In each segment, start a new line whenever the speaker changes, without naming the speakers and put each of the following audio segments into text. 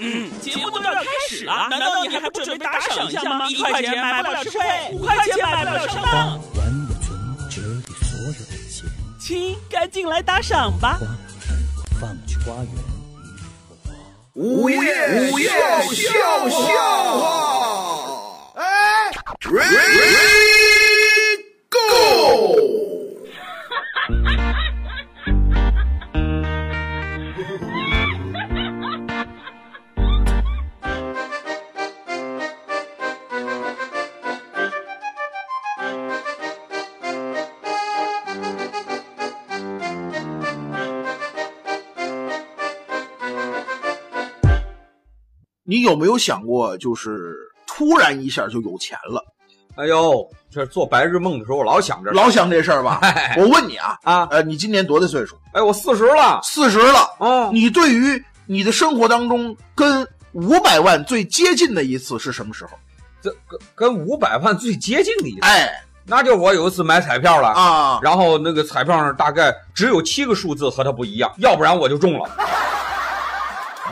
嗯，节目都要开始了，难道你还不准备打赏一下吗？一块钱买不了吃亏，五块钱买不了上
花
当。
完我存折里所有的钱，
亲，赶紧来打赏吧！
花儿我放去花园。
午夜午夜笑笑话，哎，Ready Go！你有没有想过，就是突然一下就有钱了？
哎呦，这做白日梦的时候，我老想着
老想这事儿
哎
吧？我问你啊，
啊，
呃，你今年多大岁数？
哎，我四十了，
四十了。
嗯，
你对于你的生活当中跟五百万最接近的一次是什么时候？
跟五百万最接近的一次，
哎
那就是我有一次买彩票了，
啊，
然后那个彩票上大概只有七个数字和它不一样，要不然我就中了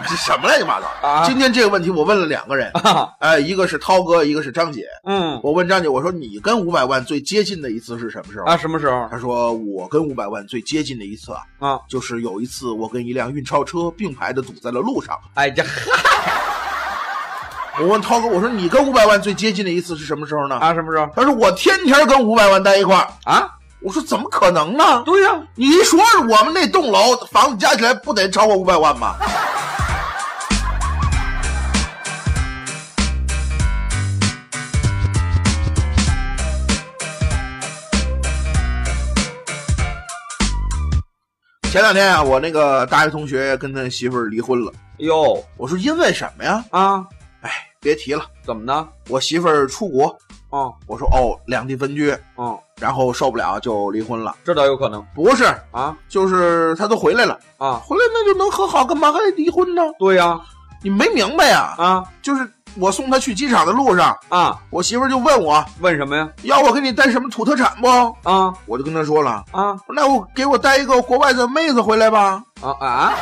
这什么乱七八糟？
啊
今天这个问题我问了两个人，
啊，
哎，一个是涛哥，一个是张姐。
嗯
我问张姐，我说你跟五百万最接近的一次是什么时候？
啊，什么时候
她说我跟五百万最接近的一次啊，
啊？
就是有一次我跟一辆运钞车并排的堵在了路上。
哎，这
我问涛哥，我说你跟五百万最接近的一次是什么时候呢？
啊什么时候
他说我天天跟五百万待一块儿。
啊？
我说怎么可能呢？
对呀、
你一说是我们那栋楼房子加起来不得超过五百万吗？ 前两天啊，我那个大学同学跟他媳妇儿离婚了。
哟
我说因为什么呀？
哎啊，
哎，别提了，
怎么呢？
我媳妇儿出国。
哦
我说哦，两地分居，
哦，
然后受不了就离婚了。
这倒有可能
不是，
啊
就是他都回来了，
啊，
回来那就能和好，干嘛还离婚呢？
对呀、
你没明白呀、
啊
就是我送他去机场的路上，
啊，
我媳妇儿就问我
问什么呀？
要我给你带什么土特产不？
啊
我就跟她说了，
啊
那我给我带一个国外的妹子回来吧。
啊啊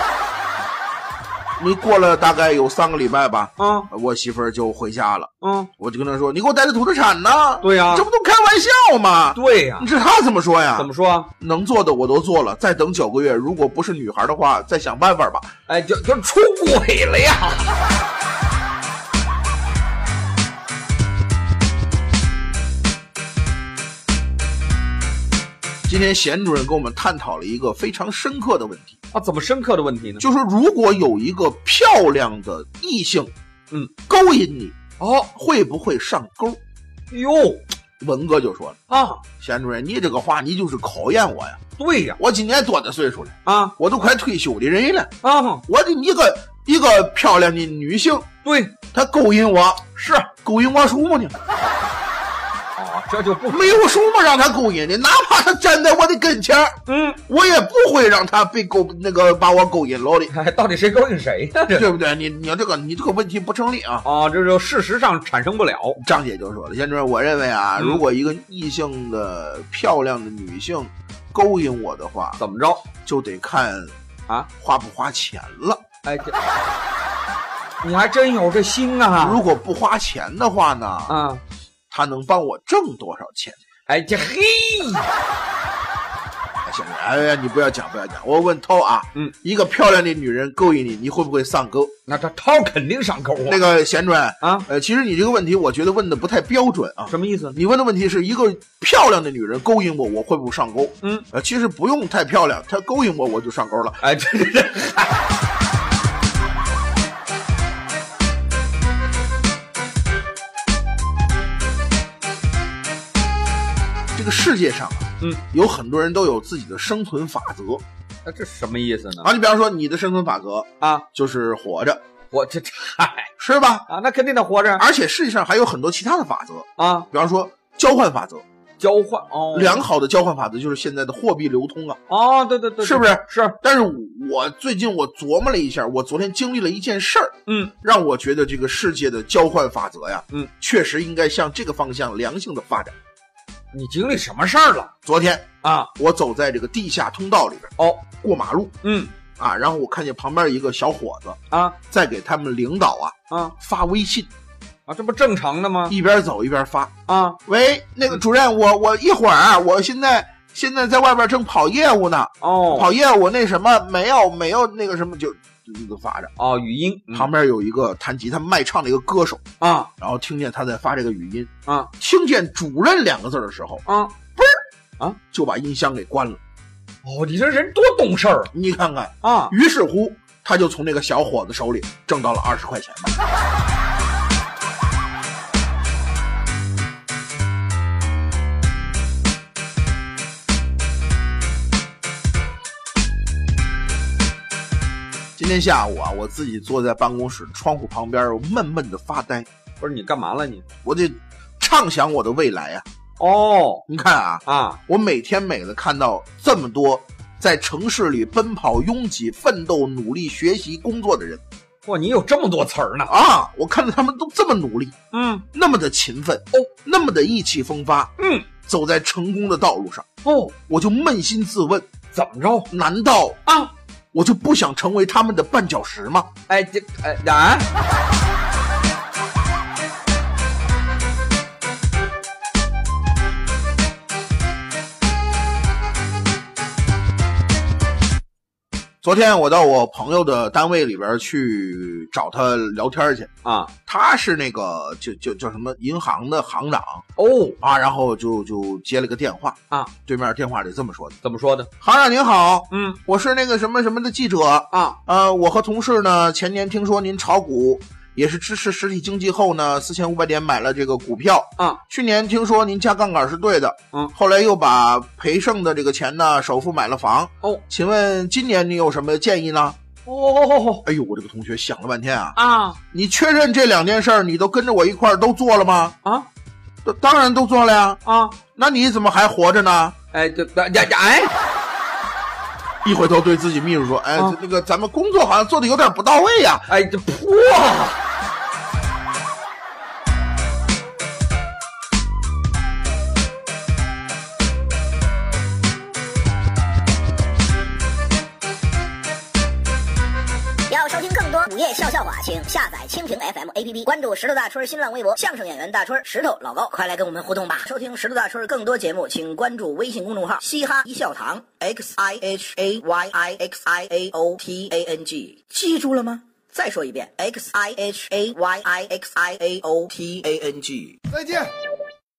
你过了大概有三个礼拜吧，
啊
我媳妇儿就回家了。
啊，
我就跟她说，你给我带的土特产呢？
对呀、
这不都开玩笑吗？
对呀、
你知道她怎么说呀？
怎么说啊？
能做的我都做了，再等九个月，如果不是女孩的话，再想办法吧。
哎，就就出轨了呀！
今天贤主任跟我们探讨了一个非常深刻的问题，
啊，怎么深刻的问题呢？
就是如果有一个漂亮的异性，
嗯，
勾引你，
哦
会不会上钩？
哟
文哥就说了
啊，：“
贤主任，你这个话你就是考验我呀！
对呀
我今年多大岁数了？
啊
我都快退休的人了，
啊，
我的一个一个漂亮的女性，
对
她勾引我，是勾引我什么呢？
啊，这就不
没有什么让她勾引的，哪怕她站在我的跟前儿
嗯，
我也不会让她被勾那个把我勾引了的。”
哎，到底谁勾引谁呀？ 这
对不对？你你这个你这个问题不成立啊！
啊，这就事实上产生不了
张姐就说了，先主任，我认为啊，
嗯
如果一个异性的漂亮的女性勾引我的话，
怎么着？
就得看
啊
花不花钱了。
哎，这你还真有这心啊
如果不花钱的话呢，
啊！
她能帮我挣多少钱？
哎，这嘿，
哎先生，哎呀，你不要讲，不要讲。我问涛啊，
嗯，
一个漂亮的女人勾引你，你会不会上钩？
那这涛肯定上钩啊！
那个贤主任，
啊，
呃，其实你这个问题，我觉得问的不太标准啊。
什么意思？
你问的问题是一个漂亮的女人勾引我，我会不会上钩？
嗯，
呃，其实不用太漂亮，她勾引我我就上钩了。
哎，这这这，
这个世界上啊，
嗯，
有很多人都有自己的生存法则
哎这什么意思呢？
啊。你比方说，你的生存法则
啊，
就是活着，
我这这嗨
是吧？
啊，那肯定得活着
而且世界上还有很多其他的法则，
啊！
比方说交换法则。
交换哦，
良好的交换法则就是现在的货币流通啊。
哦，对对对，对
是不是
是？
但是我最近我琢磨了一下，我昨天经历了一件事儿，
嗯，
让我觉得这个世界的交换法则呀，
嗯，
确实应该向这个方向良性的发展。
你经历什么事儿了
昨天
啊？
我走在这个地下通道里边
哦，
过马路，
嗯
啊，然后我看见旁边一个小伙子
啊
在给他们领导啊
啊
发微信，
啊，这不正常的吗？
一边走一边发。
啊，
喂，那个主任，我我一会儿，啊我现在现在在外边正跑业务呢，
哦
跑业务那什么没有没有那个什么就就一个发着。
哦，语音嗯
旁边有一个弹吉他卖唱的一个歌手，
啊
然后听见他在发这个语音，
啊
听见“主任”两个字的时候，
啊！
就把音箱给关了。
哦，你这人多懂事儿
你看看，
啊！
于是乎，他就从那个小伙子手里挣到了二十块钱吧。今天下午啊，我自己坐在办公室窗户旁边，我闷闷的发呆，
不是你干嘛了你？
我得畅想我的未来啊！
哦
你看啊，
啊
我每天每的看到这么多在城市里奔跑、拥挤、奋斗、努力学习、工作的人
哇，你有这么多词儿呢？
啊，我看到他们都这么努力，
嗯
那么的勤奋哦，那么的意气风发，
嗯
走在成功的道路上，
哦，
我就扪心自问：
怎么着
难道
啊？
我就不想成为他们的绊脚石吗？
哎这哎啊！
昨天我到我朋友的单位里边去找他聊天去，
啊
他是那个就就叫什么银行的行长
哦，
啊，然后就就接了个电话
啊，
对面电话里这么说的。
怎么说的？
行长您好，
嗯
我是那个什么什么的记者，
啊
呃，我和同事呢前年听说您炒股，也是支持实体经济后呢四千五百点买了这个股票，
啊
去年听说您加杠杆是对的，
嗯
后来又把赔剩的这个钱呢首付买了房，
哦
请问今年你有什么建议呢？
哦
哎呦，我这个同学想了半天啊，
啊
你确认这两件事儿你都跟着我一块儿都做了吗？
啊
都当然都做了呀，
啊！
那你怎么还活着呢？
哎这呀呀哎！
一回头对自己秘书说：“哎，
嗯
啊
这那个咱们工作好像做的有点不到位呀、
哎，这哇！
要收听更多午夜笑笑话，请下载蜻蜓 FM APP，关注石头大春儿新浪微博，相声演员大春儿、石头老高，快来跟我们互动吧！收听石头大春儿更多节目，请关注微信公众号“嘻哈一笑堂 ”x i h a y i x i a o t a n g，记住了吗？再说一遍，x i h a y i x i a o t a n g。
再见。